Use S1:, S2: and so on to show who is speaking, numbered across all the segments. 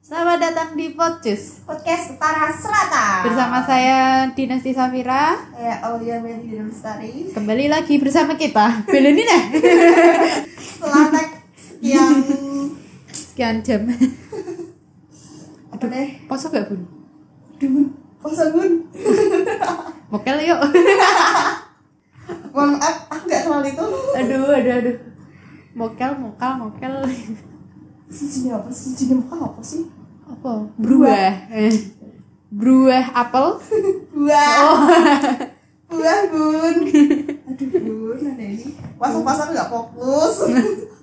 S1: Selamat datang di Podcast
S2: podcast Utara Selatan
S1: bersama saya Dinasti Safira.
S2: saya Aulia Melly dan Lestari
S1: Kembali lagi bersama kita Belenina.
S2: setelah tag sekian
S1: Sekian jam.
S2: apa deh
S1: Poso gak bun?
S2: puasa bun
S1: Mokel yuk.
S2: mohon maaf ah, aku nggak kenal itu
S1: aduh, aduh, aduh. Mokel, mokal, mokel.
S2: sujinya apa sih sujinya muka apa sih
S1: Apa? Bruah. Eh, Bruah apel.
S2: buah
S1: Oh.
S2: buah bun aduh bun ada ini puasa puasa nggak fokus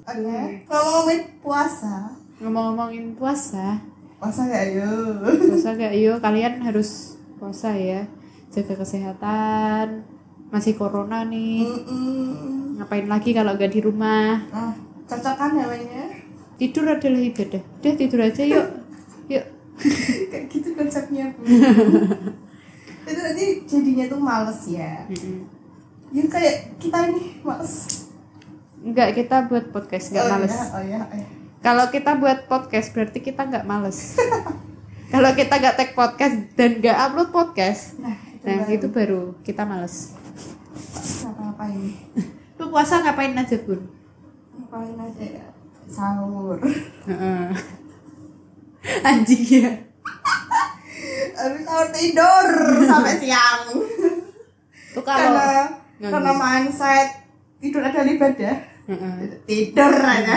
S2: aduh kalau ngomongin puasa
S1: Ngomong-ngomongin puasa,
S2: puasa nggak yuk
S1: puasa gak yuk kalian harus puasa ya. Jaga kesehatan. Masih corona nih.
S2: Mm-mm.
S1: Ngapain lagi kalau gak di rumah?
S2: nah cocok kan namanya
S1: tidur adalah ibadah udah tidur aja yuk yuk
S2: kayak gitu konsepnya bu itu nanti jadinya tuh males ya ya kayak kita ini males
S1: nggak kita buat podcast nggak
S2: oh,
S1: males
S2: ya, oh ya oh ya
S1: kalau kita buat podcast berarti kita nggak males kalau kita nggak tag podcast dan nggak upload podcast
S2: nah itu
S1: nah
S2: baru.
S1: itu baru kita males
S2: Kenapa ngapain
S1: lu puasa ngapain aja bun
S2: ngapain aja ya sahur
S1: Heeh. anjing ya
S2: habis sahur tidur sampai siang
S1: tuh kalau gitu.
S2: karena karena mindset tidur adalah ibadah
S1: Heeh.
S2: tidur aja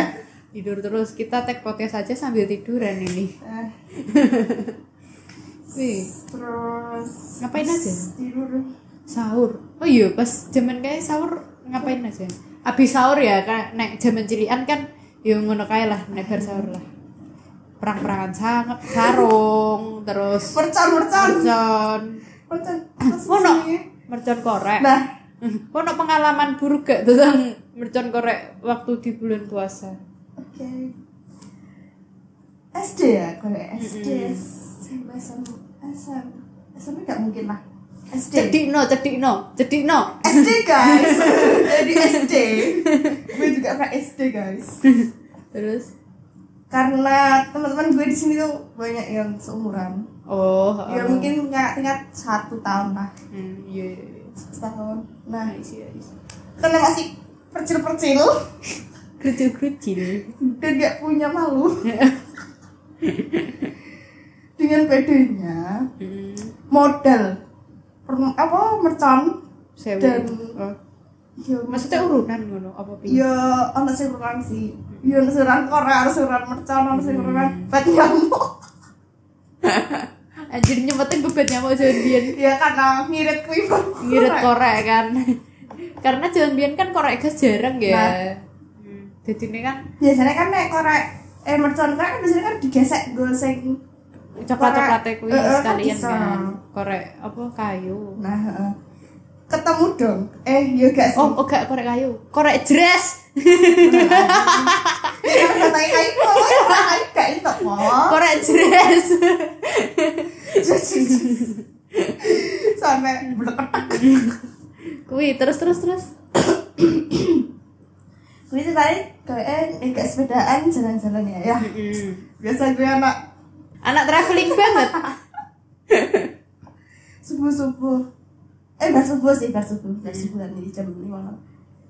S1: tidur terus kita tag podcast aja sambil tiduran ini
S2: Nah,
S1: Wih,
S2: terus
S1: ngapain aja
S2: tidur
S1: sahur oh iya pas zaman kayak sahur ngapain aja abis sahur ya kan naik zaman cilian kan ya ngono kae lah naik bar sahur lah perang perangan sangat sarung terus
S2: mercon mercon
S1: mercon
S2: mercon apa sih
S1: ngono
S2: isinya?
S1: mercon korek
S2: nah
S1: ono pengalaman buruk gak tentang mercon korek waktu di bulan puasa
S2: Oke. SD ya, kalau SD, SMP, SMP, SMP, SMP nggak mungkin lah. SD.
S1: cedik no cedik no cedik no
S2: SD guys, jadi SD. gue juga pernah SD guys.
S1: terus
S2: Karena teman-teman gue di sini tuh banyak yang seumuran.
S1: oh
S2: Ya
S1: oh.
S2: mungkin nggak tingkat satu tahun lah,
S1: hmm, iya iya iya.
S2: satu tahun. Nah,
S1: Nice, iya, iya.
S2: karena masih percil-percil
S1: kerucil-kerucil
S2: dan nggak punya malu. Dengan bedanya
S1: Hmm.
S2: model per- apa mercon
S1: sewu
S2: Dan-
S1: Oh.
S2: ya
S1: maksudnya urunan ngono apa piye
S2: ya ana sing kurang sih ya ana sing kurang korek ana sing kurang mercon ana sing kurang pet nyamuk
S1: anjir nyemetin bebet nyamuk John Bian
S2: ya karena ngirit kuwi kok
S1: ngirit korek kan karena John Bian kan korek gas jarang ya
S2: Nah.
S1: Hmm. jadi ini kan
S2: biasanya kan nek korek eh mercon korek kan biasanya kan digesek gue sing
S1: coklat coklatnya kuwi
S2: Korek, eh, eh, kan
S1: sekalian
S2: bisa.
S1: kan korek apa kayu
S2: nah heeh. ketemu dong eh ya gak sih
S1: oh oh gak korek kayu korek dress
S2: Ya, kalau kayak kayak kok kayak kayak itu kok
S1: korek dress
S2: sampai berketak
S1: kuwi terus terus terus
S2: gue tuh tadi kayak eh gak sepedaan jalan-jalan ya ya
S1: Mm-mm.
S2: biasa gue anak
S1: anak traveling banget
S2: subuh subuh eh bar subuh sih bar subuh bar subuh kan jadi jam lima malam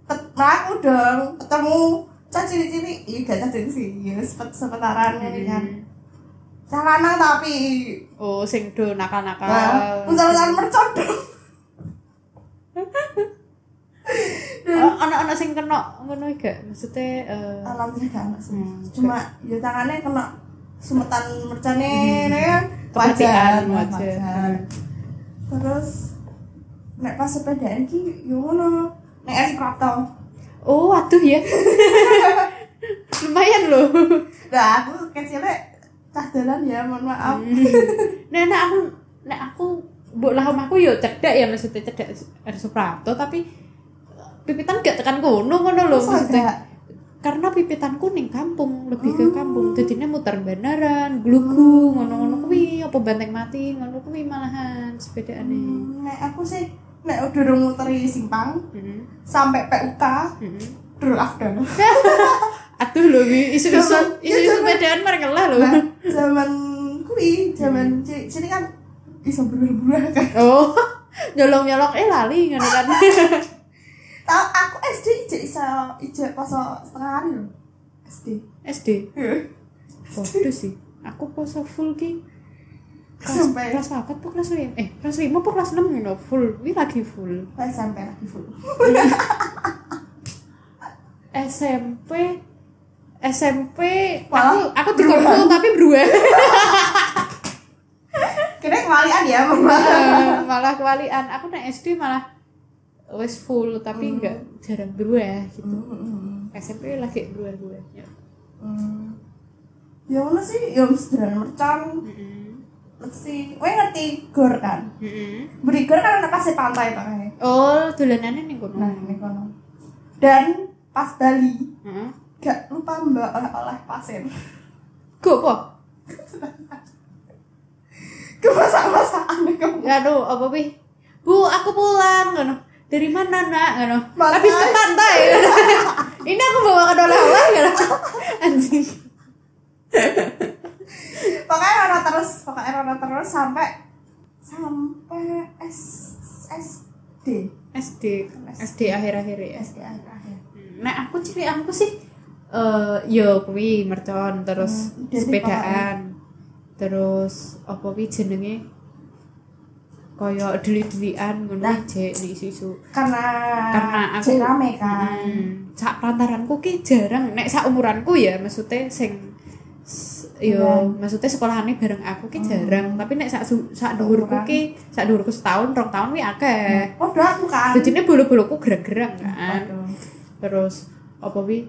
S2: Ket- aku dong ketemu caci ciri iya gak caci sih ya sepet sepetaran ini kan calanan tapi
S1: oh sing do nakal nakal
S2: nah uncal uncal mercon dong
S1: anak anak Oh, sing kena ngono gak maksudnya eh,
S2: alhamdulillah gak anak sih
S1: Hmm,
S2: cuma ya tangannya kena sumetan mercone ini kan
S1: Kepercikan,
S2: nah,
S1: wajar.
S2: terus nek pas sepedaan ki yo ngono nek es prapto
S1: Oh, waduh ya. Lumayan loh.
S2: Nah, aku kecilnya cah dalan ya, mohon maaf.
S1: Nah, nah aku nek aku mbok lah omahku yo cedak ya maksudnya cedak R Suprapto tapi eh, pipitan gak tekan kono ngono lho
S2: Masa
S1: maksudnya.
S2: gak?
S1: Karena pipitanku ning kampung, lebih
S2: Hmm.
S1: ke kampung. Jadinya muter bandaran, glugu, ngono-ngono kuwi, apa banteng mati, ngono kuwi malahan sepedaane.
S2: Hmm, Nek aku sih, nek udah muteri simpang,
S1: Heeh.
S2: sampai PUK,
S1: Heeh.
S2: dulu afdal.
S1: Hmm. Aduh lho, wi, isu-isu
S2: Jaman- ya,
S1: isu-isu
S2: jaman-
S1: sepedaan mereka lah lho.
S2: Nah, zaman kuwi jaman cilik cilik kan iso berubah-ubah kan.
S1: oh nyolong-nyolong eh lali ngono kan
S2: Tau aku SD ijek iso ijek poso setengah hari lho. SD.
S1: SD
S2: Iya.
S1: waduh sih aku poso full ki kelas
S2: Sampai
S1: kelas apa tuh kelas lima eh kelas lima apa kelas enam ngono full ini lagi full
S2: pas sampai lagi full.
S1: SMP SMP aku
S2: Malah
S1: aku dikontrol
S2: berubah.
S1: tapi berubah
S2: Kira kewalian ya, Mama.
S1: Eh, malah kewalian aku naik SD malah wes full tapi
S2: Hmm.
S1: nggak jarang berubah gitu
S2: Hmm.
S1: SMP lagi berubah berubah
S2: Hmm. Ya ono sih, ya sederhana mercon. Lexi, kowe ngerti gor kan? Beri gor kan ana pasir pantai pakai.
S1: oh dolanannya nih kono
S2: Nah, ini kono. Dan pas Bali,
S1: Heeh.
S2: gak lupa mbak oleh-oleh pasir.
S1: Go apa
S2: Kemasak-masakan kamu.
S1: Aduh, apa pi bu aku pulang ngono dari mana nak ngono
S2: Pantai.
S1: habis ke pantai ngono. ini aku bawa ke oleh-oleh ngono anjing
S2: Pokoknya ono terus, pokoknya ono terus sampai sampai S SD.
S1: SD SD akhir-akhir ya
S2: SD akhir-akhir.
S1: Nah aku ciri aku sih eh yo kuwi mercon terus
S2: Hmm, identik
S1: sepedaan terus apa kuwi jenenge kaya delik-delikan ngono nah.
S2: Nah.
S1: jek nek isu-isu.
S2: Karena
S1: Karena aku-
S2: cek rame kan.
S1: Hmm. Sak pantaranku ki jarang nek sak umuranku ya maksudnya sing s- yo
S2: Iya.
S1: maksudnya sekolahane bareng aku ki
S2: Hmm.
S1: jarang tapi nek sak su- sak
S2: Sak
S1: dhuwurku
S2: umuran.
S1: ki sak dhuwurku setahun rong tahun kuwi akeh.
S2: Oh, udah aku kan.
S1: Dadine bulu-buluku gerang-gerang kan.
S2: Waduh.
S1: terus apa wi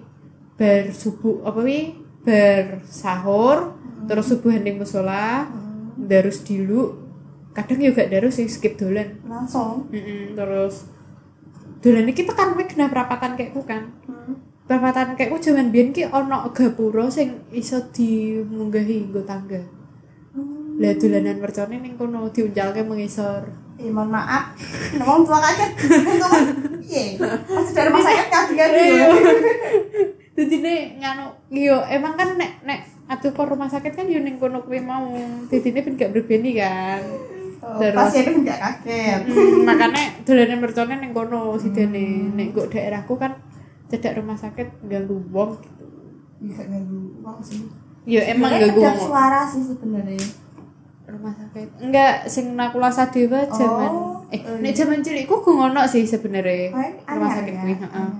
S1: bar subuh apa wi bar sahur terus subuh ning musola
S2: Hmm.
S1: darus dilu kadang juga darus sih skip dolan
S2: Hmm. langsung.
S1: Mm-mm, terus dolan iki tekan kowe genah perapatan kayakku kan
S2: Hmm.
S1: perapatan kayakku jaman biyen ki ana gapura sing iso dimunggahi nggo tangga
S2: Hmm.
S1: lah dolanan mercone ning kono diuncalke mengisor
S2: Eh, mohon maaf. Ngomong tua kaget. Ngomong, Iya. Masih dari rumah sakit kaget kan?
S1: Iya. jadi nih nganu yo emang kan nek nek atuh ke rumah sakit kan yo ning kono kuwi mau jadi ini gak berbeni kan
S2: Oh,
S1: Terus.
S2: Pasiennya nggak kaget.
S1: Hmm, makanya dolanan mercone ning kono sidene nek kok daerahku kan cedak rumah sakit ganggu wong gitu
S2: Nggak ganggu uang sih.
S1: yo emang
S2: Sebenarnya
S1: ganggu
S2: kedap
S1: wong
S2: suara sih sebenarnya.
S1: rumah sakit enggak sing nakula sadewa jaman
S2: Oh,
S1: eh
S2: eh.
S1: nek jaman cilikku ku ngono sih sebenarnya
S2: Kayak
S1: rumah
S2: anyar
S1: sakit
S2: ya,
S1: kuwi heeh
S2: anyar.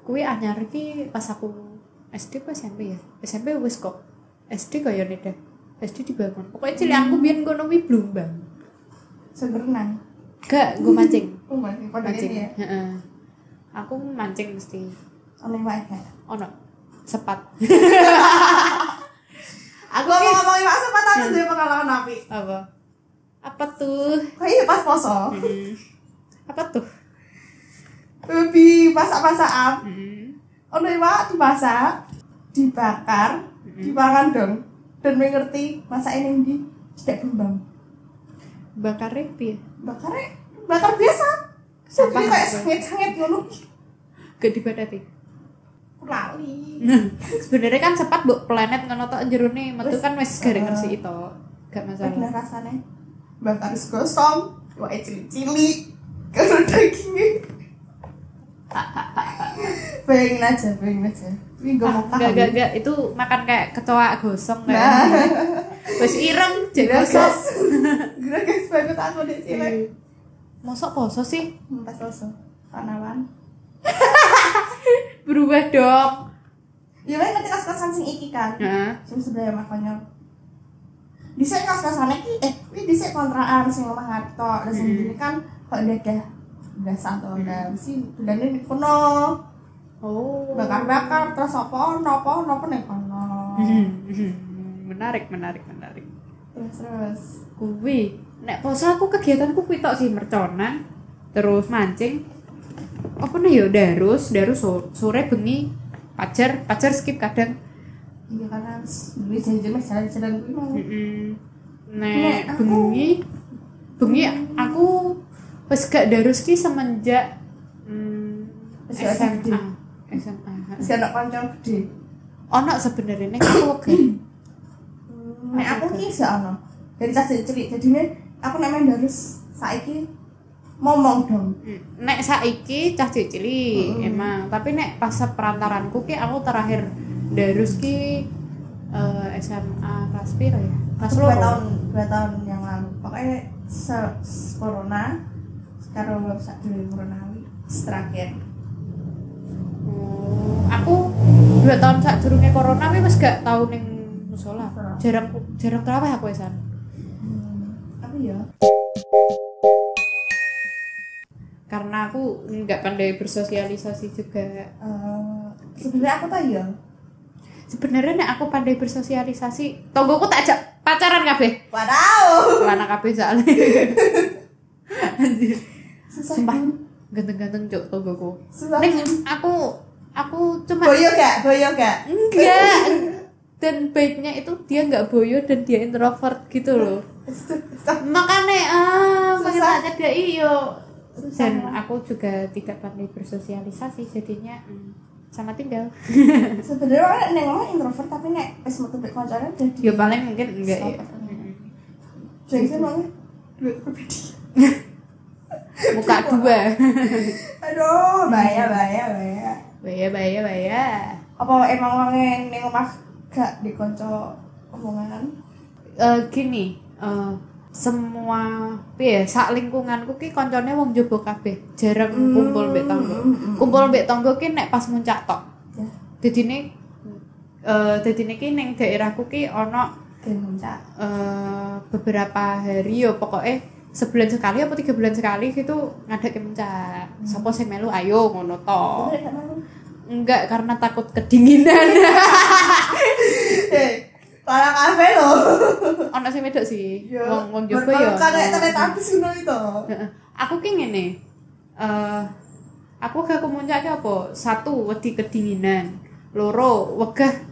S1: kuwi anyar ki pas aku SD apa SMP ya SMP wis kok SD kaya deh SD dibangun pokoknya cilik aku
S2: Hmm.
S1: biyen kono kuwi blumbang
S2: Sumber renang.
S1: gak gue mancing
S2: Oh, masih pada
S1: mancing
S2: ini ya.
S1: Heeh. aku mancing mesti
S2: Oleh Pak Eka.
S1: ono sepat
S2: Aku
S1: aku
S2: mau
S1: ki
S2: ngomongin Pak Sepat aku
S1: Hmm.
S2: jadi pengalaman api.
S1: apa apa tuh
S2: Kok iya pas poso.
S1: Hmm. apa tuh
S2: Lebih masak-masakan.
S1: Hmm.
S2: Oleh Pak dimasak, dibakar,
S1: Hmm.
S2: dimakan dong. Dan mengerti masak ini di tidak kembang.
S1: bakar repi
S2: Bakarnya bakar biasa.
S1: Sampah
S2: Jadi kayak
S1: gitu.
S2: sengit-sengit ngono.
S1: gak dibadati
S2: Lali.
S1: sebenarnya kan sepat bu planet ngono tok jero nih metu kan wis garing ngersi itu gak
S2: Bener
S1: masalah
S2: rasanya. Bakar harus gosong, wae cili-cili, kalau dagingnya. bayangin aja, bayangin aja. Ini gue mau
S1: Ah, Gak, gak,
S2: tahan.
S1: gak, itu makan kayak kecoa gosong
S2: Nah,
S1: kayak Wes ireng, jadi gosong Iya.
S2: geragas. Geragas banget aku deh cilik.
S1: Mosok poso sih?
S2: Pas gosong. Panawan.
S1: Berubah dong
S2: Ya, wae ngerti kas-kasan sing iki kan.
S1: Nah,
S2: Sing sebelah makanya. Dhisik kas-kasane iki eh kuwi dhisik kontrakan sing omah harto. Lah sing
S1: Hmm.
S2: gini kan kok ndegah biasa to. Lah mesti dulane di kono.
S1: Oh
S2: bakar-bakar terus apa ono apa ono apa nih kono
S1: Hmm. Menarik, menarik, menarik
S2: terus terus
S1: Kuwi Nek poso aku kegiatanku kuwi tok sih merconan Terus mancing Apa nih yo darus, darus so- sore bengi Pajar, pajar skip kadang
S2: iya karena beli jajan mas jalan-jalan kuwi mau
S1: Mm-mm.
S2: Nek
S1: Nek
S2: aku-
S1: bengi bengi aku wis gak darus ki semenjak mm,
S2: Wis gak
S1: SMA.
S2: SD.
S1: SMA.
S2: terus anak kanca gede
S1: Ono sebenarnya nek aku oke. Hmm.
S2: nek aku ki gak ono dari cah cilik jadi nih aku nek main harus saiki ngomong dong
S1: Hmm. nek saiki cah cili
S2: Mm.
S1: emang tapi nek pas perantaranku ki aku terakhir darus ki eh, SMA kelas piro ya kelas
S2: dua
S1: loro.
S2: tahun dua tahun yang lalu pokoknya se, se- corona sekarang belum sak dulu corona terakhir
S1: Oh, aku dua tahun saat durungnya corona tapi wis gak tau ning musola jarang jarang terawih aku esan
S2: hmm. apa ya
S1: karena aku nggak pandai bersosialisasi juga
S2: Eh, sebenarnya aku tuh ya
S1: sebenarnya nek aku pandai bersosialisasi tonggoku tak ajak pacaran kabeh
S2: wadaw
S1: anak kabeh soalnya anjir
S2: susah
S1: Sumpah. ganteng-ganteng cok tonggoku
S2: susah
S1: Neng, aku aku cuma
S2: boyo gak boyo gak
S1: Hmm. enggak dan baiknya itu dia nggak boyo dan dia introvert gitu loh makanya ah pengen
S2: Susah.
S1: tak cedak iyo
S2: Susah.
S1: dan aku juga tidak pandai bersosialisasi jadinya mm, sama tinggal
S2: Iya. sebenarnya orang neng orang introvert tapi nek pas metu mbek kancane jadi
S1: ya paling mungkin enggak ya
S2: Sama.
S1: Mm-mm.
S2: jadi itu nongnya duit pribadi
S1: muka
S2: Iya.
S1: dua
S2: aduh bahaya bahaya bahaya
S1: baya baya baya
S2: apa emang orangnya neng omah gak dikonco omongan
S1: Eh, gini eh, semua piye sak lingkunganku ki koncone wong jobo kabeh jarang
S2: Hmm,
S1: kumpul mbek tangga kumpul mbek tangga ki nek pas muncak tok
S2: Ya.
S1: dadine eh dadine ki ning daerahku ki ana
S2: gen muncak
S1: eh, beberapa hari yo pokoke sebulan sekali apa tiga bulan sekali gitu ngadake muncak sapa sing melu ayo ngono to
S2: Hmm. Bener gak, Mang?
S1: enggak karena takut kedinginan
S2: Eh, para kafe loh
S1: ana sing wedok sih wong ya. wong jowo yo
S2: berpelukan kayak teletubbies gitu itu
S1: Heeh. aku ki ngene. Eh aku gak kemuncak ki apa? Satu wedi kedinginan, loro wegah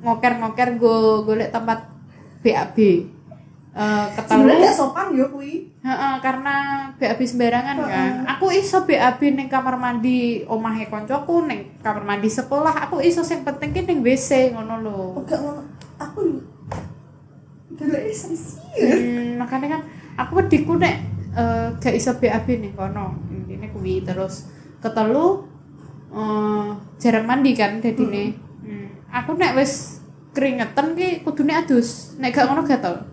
S1: ngoker-ngoker go golek tempat BAB. Eh ketemu
S2: sebenarnya gak sopan yo kui
S1: Heeh, karena BAB sembarangan kan.
S2: Heeh.
S1: Aku iso BAB ning kamar mandi omahe koncoku, ning kamar mandi sekolah aku iso sing penting ki ning WC ngono lho.
S2: enggak ngono Oh, aku dulu ini sensi
S1: Hmm, makanya kan aku wediku nek eh, gak iso BAB nih kono ini kuwi terus ketelu eh, jarang mandi kan jadi nih aku nek wis keringetan ki kudune adus nek gak ngono gatel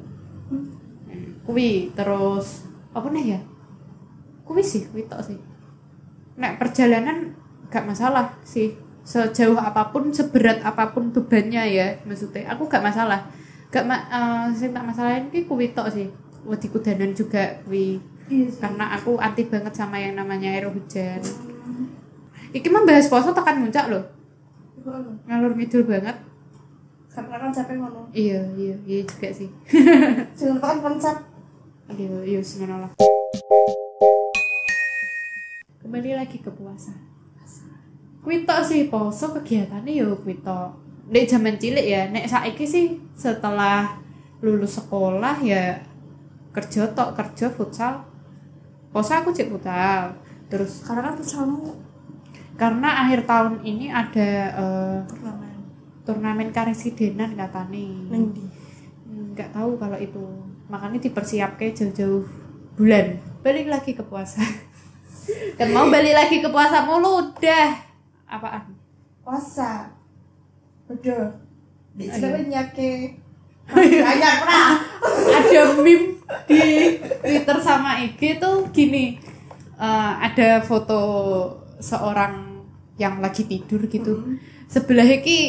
S1: hmm. kuwi terus apa nih ya kuwi sih kuwi tok sih nek perjalanan gak masalah sih sejauh apapun seberat apapun bebannya ya maksudnya aku gak masalah gak ma eh, sing tak masalahin ki kuwi tok sih wedi kudanan juga kuwi
S2: iya sih.
S1: karena aku anti banget sama yang namanya air hujan iki membahas poso tekan muncak loh ngalur ngidul banget
S2: karena kan capek ngono
S1: iya iya iya juga sih
S2: jangan lupa kan konsep
S1: iya iya semuanya lah kembali lagi ke puasa kuwi tok sih poso kegiatannya yo kuwi tok nek zaman cilik ya nek saiki sih setelah lulus sekolah ya kerja tok kerja futsal poso aku cek futsal terus
S2: karena kan pesamu
S1: karena akhir tahun ini ada eh,
S2: turnamen
S1: turnamen karesidenan katanya
S2: neng di
S1: nggak tahu kalau itu makanya dipersiapkan jauh-jauh bulan balik lagi ke puasa dan mau balik lagi ke puasa mulu udah apaan
S2: puasa bedo di
S1: Ayo.
S2: sini nyake banyak lah
S1: ada meme di Twitter sama IG tuh gini eh, ada foto seorang yang lagi tidur gitu
S2: Mm-hmm.
S1: sebelah iki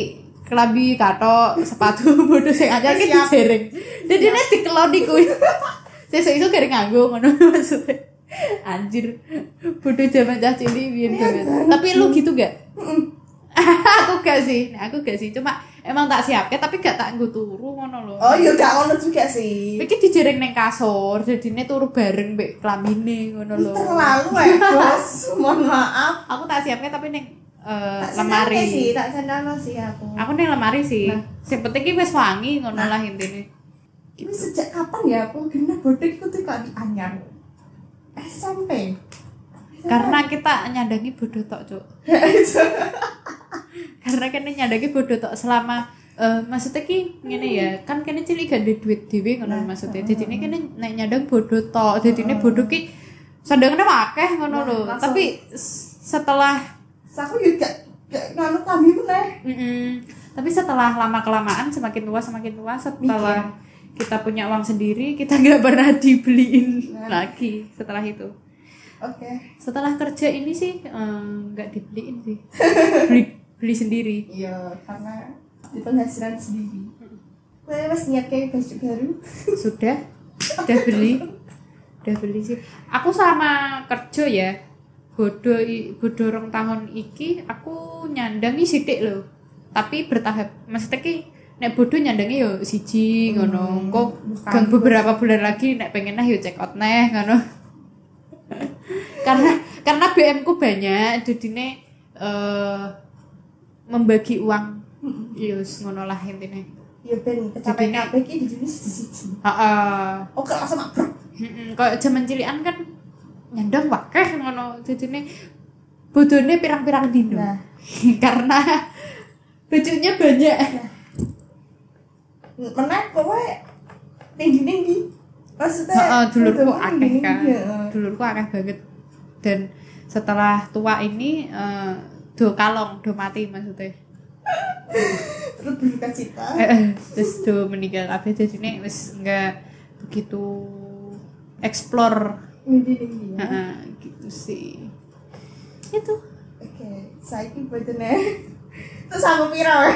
S1: kelambi katok sepatu bodoh sing aja iki
S2: Siap.
S1: dijaring. Jadi nek dikeloni kuwi. Sesuk iso garing nganggo ngono maksudnya. Anjir. Bodoh zaman cah cilik biyen
S2: Iya,
S1: banget.
S2: kan?
S1: Tapi lu gitu gak? aku gak sih. Nah, aku gak sih. Cuma emang tak siapke tapi gak tak nggo turu ngono lho.
S2: oh iya gak ngono juga sih
S1: Iki dijaring ning kasur, jadine turu bareng mbek klambine ngono lho.
S2: terlalu ya bos mohon maaf
S1: Aku tak siapke tapi ning eh,
S2: Tak
S1: lemari.
S2: senang sih tak senang sih aku
S1: aku nih lemari sih
S2: Nah.
S1: sing penting ki wis wangi ngono lah intine
S2: Tapi sejak kapan ya aku gimana bodek itu tuh kami anyar SMP
S1: karena kita nyandangi bodoh tok cuk karena kene nyandangi bodoh tok selama eh maksudnya ki ngene ya kan kene cilik gak duwe duit dhewe ngono
S2: Nah,
S1: maksudnya jadi ini kene nek nyadang bodoh tok jadi ini bodoh ki sadangane akeh ngono
S2: Nah,
S1: lho
S2: langsung.
S1: tapi s- setelah
S2: Terus aku juga gak gak nganu kami eh. meneh.
S1: mm-mm. tapi setelah lama kelamaan semakin tua semakin tua setelah kita punya uang sendiri kita nggak pernah dibeliin
S2: Nah.
S1: lagi setelah itu
S2: Oke.
S1: setelah kerja ini sih eh, nggak dibeliin sih beli beli sendiri
S2: Iya, karena di penghasilan sendiri. Gue mas ya niat kayak baju baru.
S1: sudah sudah beli udah beli sih aku sama kerja ya bodoh i- bodoh rong tahun iki aku nyandangi sidik loh tapi bertahap maksudnya ki nek bodoh nyandangi yo siji ngono engko
S2: bukan.
S1: gang beberapa bulan lagi nek pengen nah yo check out neh ngono karena karena BM ku banyak jadine eh membagi uang yo ngono lah intine
S2: Iya ben
S1: Jadi-
S2: kecapean kabeh iki di jenis di siji.
S1: heeh
S2: Oh, kok langsung mabruk.
S1: Heeh, kalau zaman cilian kan nyandang wakeh ngono jadinya bodone pirang-pirang dino
S2: Nah,
S1: karena bajunya banyak
S2: meneh kowe tinggi-tinggi. Maksudnya
S1: Heeh, dulurku
S2: bodoh
S1: akeh
S2: tinggi-tinggi,
S1: kan
S2: ya.
S1: dulurku akeh banget dan setelah tua ini eh, do kalong do mati maksudnya
S2: Terus berduka cita.
S1: Eh, eh, terus do meninggal kabeh jadinya wis enggak begitu explore
S2: Tinggi-tinggi. ya.
S1: Heeh, gitu sih itu
S2: Oke, saiki bojone. Terus aku pira?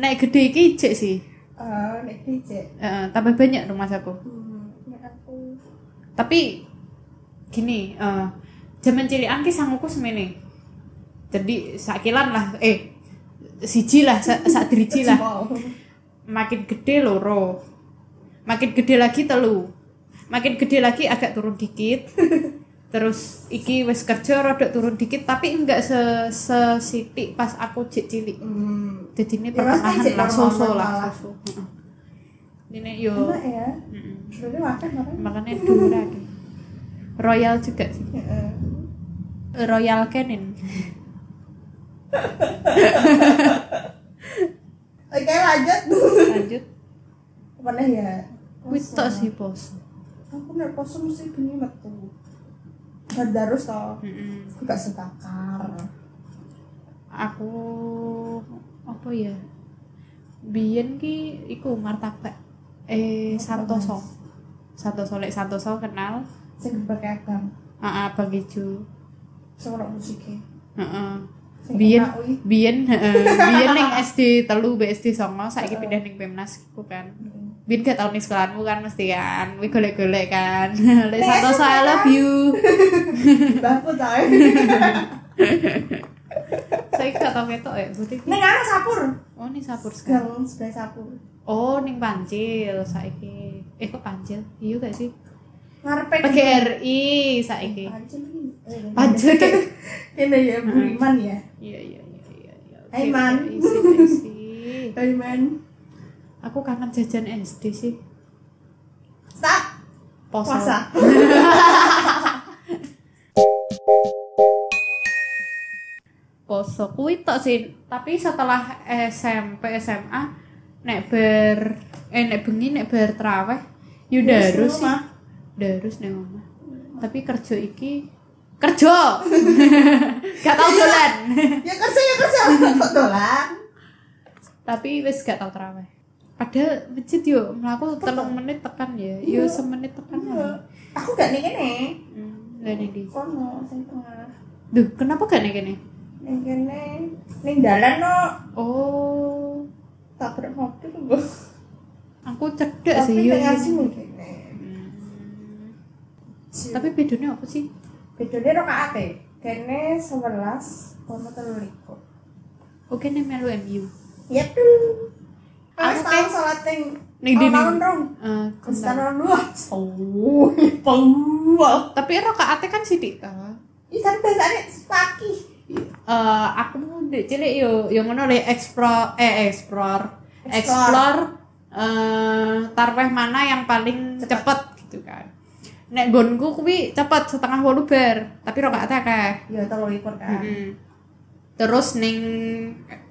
S1: naik gede iki jek sih
S2: Oh, nek iki cek.
S1: Heeh, Eh, tambah banyak rumah aku
S2: Hmm, nek aku
S1: tapi gini eh zaman cilian ki sanguku semene jadi sakilan lah eh siji lah sa, sak driji lah
S2: Wow.
S1: makin gede loro makin gede lagi telu makin gede lagi agak turun dikit terus iki wis kerja rodok turun dikit tapi enggak se sesitik pas aku cek cilik
S2: Hmm.
S1: jadi ini
S2: Ya, pasti
S1: pertengahan
S2: jek
S1: lah soso
S2: normal-normal
S1: lah
S2: lah.
S1: soso Heeh. ini yo
S2: Enak ya.
S1: heeh.
S2: Sebenarnya makan makan.
S1: makanya dulu lagi royal juga sih Eh,
S2: Heeh.
S1: royal canin
S2: Oke lanjut.
S1: lanjut
S2: Mana ya?
S1: wis tok sih bos
S2: Aku nek poso mesti gini metu. Bandarus toh.
S1: Mm-mm.
S2: Aku gak setakar.
S1: aku apa ya biyen ki iku martabak eh santoso santoso lek santoso kenal
S2: Sing pakai abang.
S1: ah bang ijo
S2: Suara musiknya.
S1: Heeh.
S2: e. Sing
S1: Biyen-
S2: enak, wih.
S1: biyen heeh, biyen ning SD telu BSD songo saiki pindah ning Pemnas iku kan Bin gak tau nih sekolahanmu kan mesti kan, wih golek-golek kan. Lek
S2: Nek
S1: Santoso I love you.
S2: Baku tau.
S1: Saya gak tau ketok ya, berarti
S2: Ning ana sapur.
S1: Oh, ning sabur sekarang.
S2: Gang sebelah sapur.
S1: Oh, ning Pancil saiki. Eh kok Pancil? Iya gak sih?
S2: Ngarepe
S1: PGRI saiki.
S2: Pancil nih. Eh,
S1: Pancil.
S2: Kene ya
S1: Nah.
S2: Buriman ya.
S1: Iya, iya, iya, iya. iya. Oke,
S2: Hai,
S1: oke,
S2: Man.
S1: isi, isi.
S2: Buriman.
S1: Aku kangen jajan SD sih.
S2: Stop.
S1: Poso.
S2: Puasa.
S1: Poso kuwi tok sih. Tapi setelah SMP SMA nek ber eh nek bengi nek ber traweh yo
S2: Terus
S1: darus sih.
S2: rumah.
S1: Darus ning omah. Tapi kerja iki kerja. gak tau dolan.
S2: Ya kerja ya kerja. Kok dolan?
S1: Tapi wis gak tau traweh. Padahal masjid yo mlaku telung menit tekan ya. Yo semenit tekan.
S2: Iya.
S1: lah.
S2: Aku gak ning kene.
S1: Hmm, gak ning di.
S2: Kono sing tengah.
S1: Duh, kenapa gak ning kene?
S2: Ning kene ning dalan no
S1: Oh,
S2: tabrak mobil lho.
S1: aku cedek sih. iya, yo,
S2: Tapi tengah
S1: yo.
S2: sih mungkin.
S1: Tapi bedanya apa sih?
S2: bedone rakaat e. Kene 11, kono 13.
S1: Oke nih melu MU.
S2: Ya tuh.
S1: Aku
S2: Aku tau
S1: kayak-
S2: salat ning
S1: Ah, Ning di-
S2: alun-alun rong.
S1: Eh,
S2: Ustaz
S1: kembali.
S2: dua. Soh, penguat.
S1: Tapi rakaatnya kan sidik ta.
S2: Ih, tapi biasanya pagi.
S1: Eh, aku dek cilik yo yo ngono le explore eh explore
S2: Explore.
S1: explore eh tarweh mana yang paling cepet, gitu kan. Nek gonku kuwi cepet setengah wolu bar, tapi rakaatnya akeh.
S2: Ah. Ya telu ikut kan.
S1: Mm. Terus ning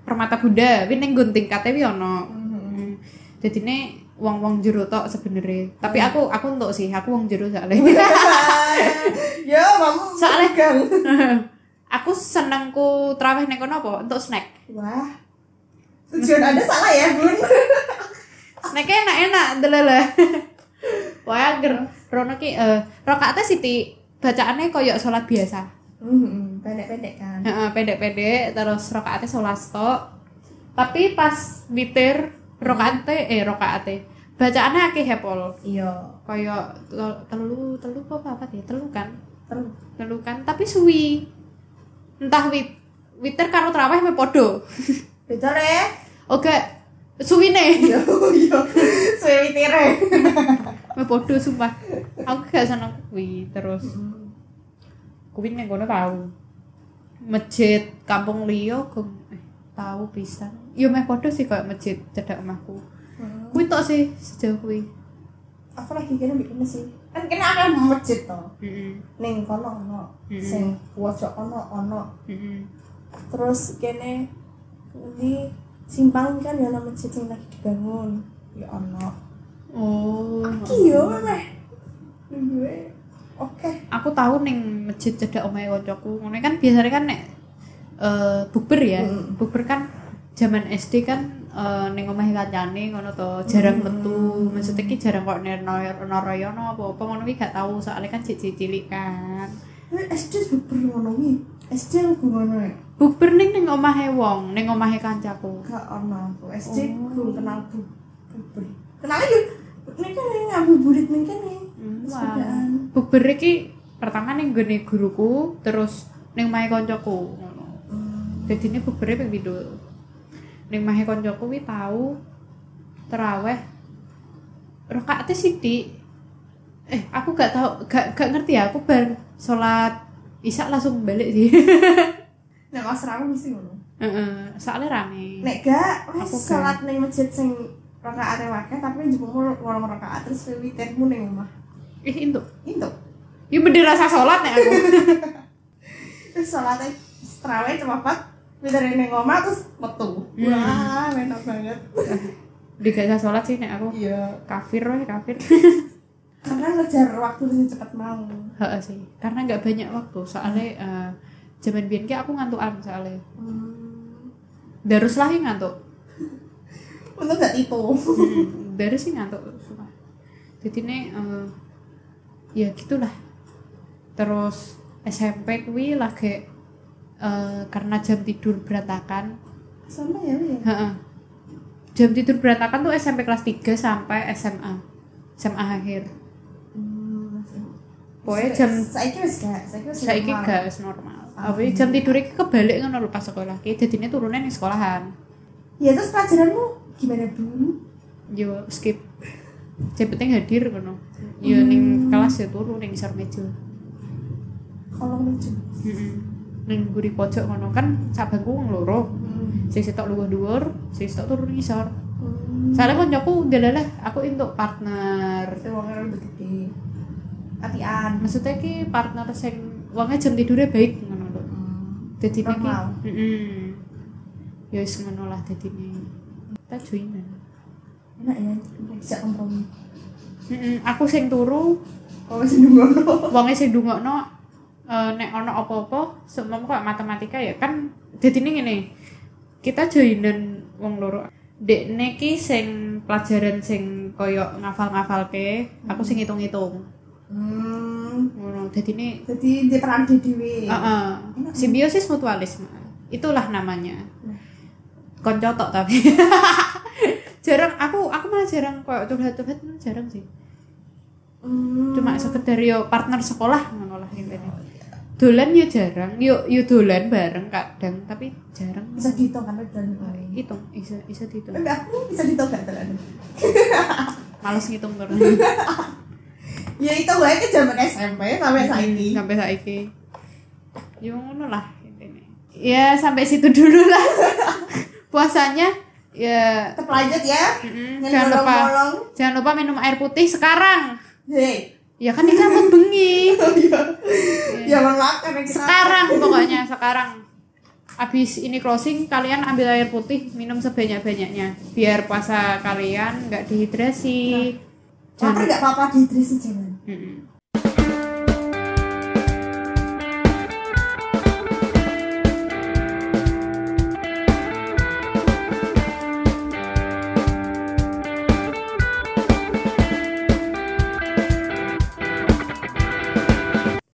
S1: Permata Bunda, tapi ning nggon tingkate kuwi ono. Jadi ini wong-wong jero tok sebenarnya. Tapi aku aku entuk sih, aku wong jero soalnya.
S2: ya mamu
S1: Soalnya-
S2: gang
S1: aku senengku traweh ning kono apa? Untuk snack.
S2: wah tujuan anda salah ya bun
S1: Snacknya enak-enak, delele. Wah, ger. Rono ki eh rakaate sithik, bacaannya koyok salat biasa.
S2: pendek-pendek kan
S1: Heeh, pendek-pendek terus rokaatnya selas tok. Tapi pas witir rokaatnya eh rokaatnya bacaannya akeh hepol.
S2: iya
S1: Kaya tel- telu telu apa apa ya telu kan
S2: terus
S1: telu kan tapi suwi entah wit witir karo traweh me podo
S2: beda re
S1: oke suwine
S2: iya iya suwi tire
S1: me podo sumpah aku gak seneng kuwi terus kuwi ning kono tau masjid kampung liyo eh, tahu pisan yo meh podo sih kayak masjid cedak omahku kuwi tok sih sejauh kuwi
S2: aku lagi kira bikin sih kan kena akan masjid toh
S1: heeh
S2: ning kono ono
S1: Mm-mm.
S2: sing pojok ono ono
S1: heeh
S2: terus kene di simpang kan ya nama masjid sing lagi dibangun ya ono
S1: oh
S2: iya meh gue oke
S1: aku tahu neng masjid cedak omahe kancaku ngene kan biasanya kan nek eh bukber ya
S2: Mm.
S1: bukber kan zaman SD kan eh, ning omahe kancane ngono to jarang metu maksudnya ki jarang kok nerno noroyono apa apa ngono ki gak tahu soalnya kan cici cilik kan
S2: Eh, SD super ngono wi SD aku ngono ya
S1: bukber ning ning omahe wong ning omahe kancaku
S2: gak ono aku SD
S1: Oh.
S2: belum kenal bu bubur kenal aja ini kan yang ngabu burit ini kan nih
S1: Hmm, wah.
S2: sepedaan
S1: bukber iki pertama ning gone guruku terus ning omahe kancaku ngono jadi ini bubere ping pindho ning mahe koncoku kuwi tau teraweh rakaate sithik eh aku gak tau gak gak ngerti ya aku bar salat isak langsung balik sih
S2: nek asrama mesti ngono
S1: Heeh, soalnya rame
S2: nek gak wis
S1: Aku gak.
S2: salat ning masjid sing rakaate akeh tapi jupukmu orang rakaat terus wiwitmu ning omah
S1: ih itu
S2: itu
S1: ya bener rasa salat nek aku
S2: terus salate terawih cuma pat wiwitmu ning omah terus metu
S1: Hmm.
S2: wah enak banget
S1: Nggak rasa salat sih nek aku
S2: iya
S1: kafir weh kafir
S2: karena ngejar waktu sing cepet mau
S1: heeh sih karena nggak banyak waktu soalnya eh, jaman biyen ki aku ngantukan soalnya darus lah yang ngantuk
S2: Hmm. Untung gak tipu
S1: Hmm, dari sih ngantuk sumpah jadi ini eh, ya gitulah terus SMP kuwi lagi eh, karena jam tidur berantakan
S2: sama ya ya
S1: Heeh. jam tidur berantakan tuh SMP kelas 3 sampai SMA SMA akhir
S2: Hmm,
S1: Pokoknya jam-
S2: saiki wis gak saiki wis
S1: saiki gak wis normal Ah. tapi jam tidur iki kebalik ngono lho pas sekolah iki jadinya turunnya ning sekolahan
S2: ya terus pelajaranmu gimana bun
S1: yo skip Yang penting hadir ngono yo ning kelas ya turu ning isor meja
S2: kolong lucu
S1: Heeh. Ning guri pojok ngono kan cabangku wong loro.
S2: Hmm.
S1: Sing sitok luwih dhuwur, sing sitok turu ngisor. Soale koncoku ndelalah aku entuk partner.
S2: Tapi wongnya udah gede Atian
S1: Maksudnya ki partner sing wonge jam tidurnya baik ngono lho.
S2: Hmm.
S1: Dadi ki
S2: Normal.
S1: heeh. Ya wis ngono lah dadine. Kita joinan.
S2: Enak ya, bisa kompromi
S1: Heeh, aku sing turu,
S2: Oh masih nunggu
S1: wonge sing ndungokno eh, nek ono apa-apa, seumpama kok matematika ya kan dadine ngene. Kita joinan wong loro. Dekne ki sing pelajaran sing koyo ngafal-ngafalke, aku sing ngitung-ngitung.
S2: Hmm
S1: Ngono. Dadine
S2: Jadi dia peran di dewe
S1: heeh, simbiosis mutualisme. Itulah namanya. Konco tok tapi. jarang aku aku malah jarang koyo curhat-curhat jarang sih.
S2: Hmm.
S1: cuma sekedar yo partner sekolah ngono lah intinya dolan yo jarang yo yo dolan bareng kadang tapi jarang
S2: Bisa dihitung kan dan lain
S1: hitung bisa bisa dihitung
S2: Tapi aku bisa dihitung gak telan
S1: males ngitung terus
S2: Ya itu gue ke zaman SMP sampai saiki
S1: sampai saiki yo ngono lah intinya ya sampai situ dulu lah puasanya ya
S2: Terpelajar ya
S1: mm, jangan lupa
S2: Ngolong-ngolong
S1: jangan lupa minum air putih sekarang
S2: Hei
S1: ya kan ini rambut bengi Iya.
S2: Ya mohon maaf karena kita
S1: sekarang pokoknya sekarang Abis ini closing, kalian ambil air putih, minum sebanyak-banyaknya. Biar puasa kalian nggak dehidrasi.
S2: Nah. Lapar nggak apa-apa dihidrasi jangan.
S1: Mm-mm.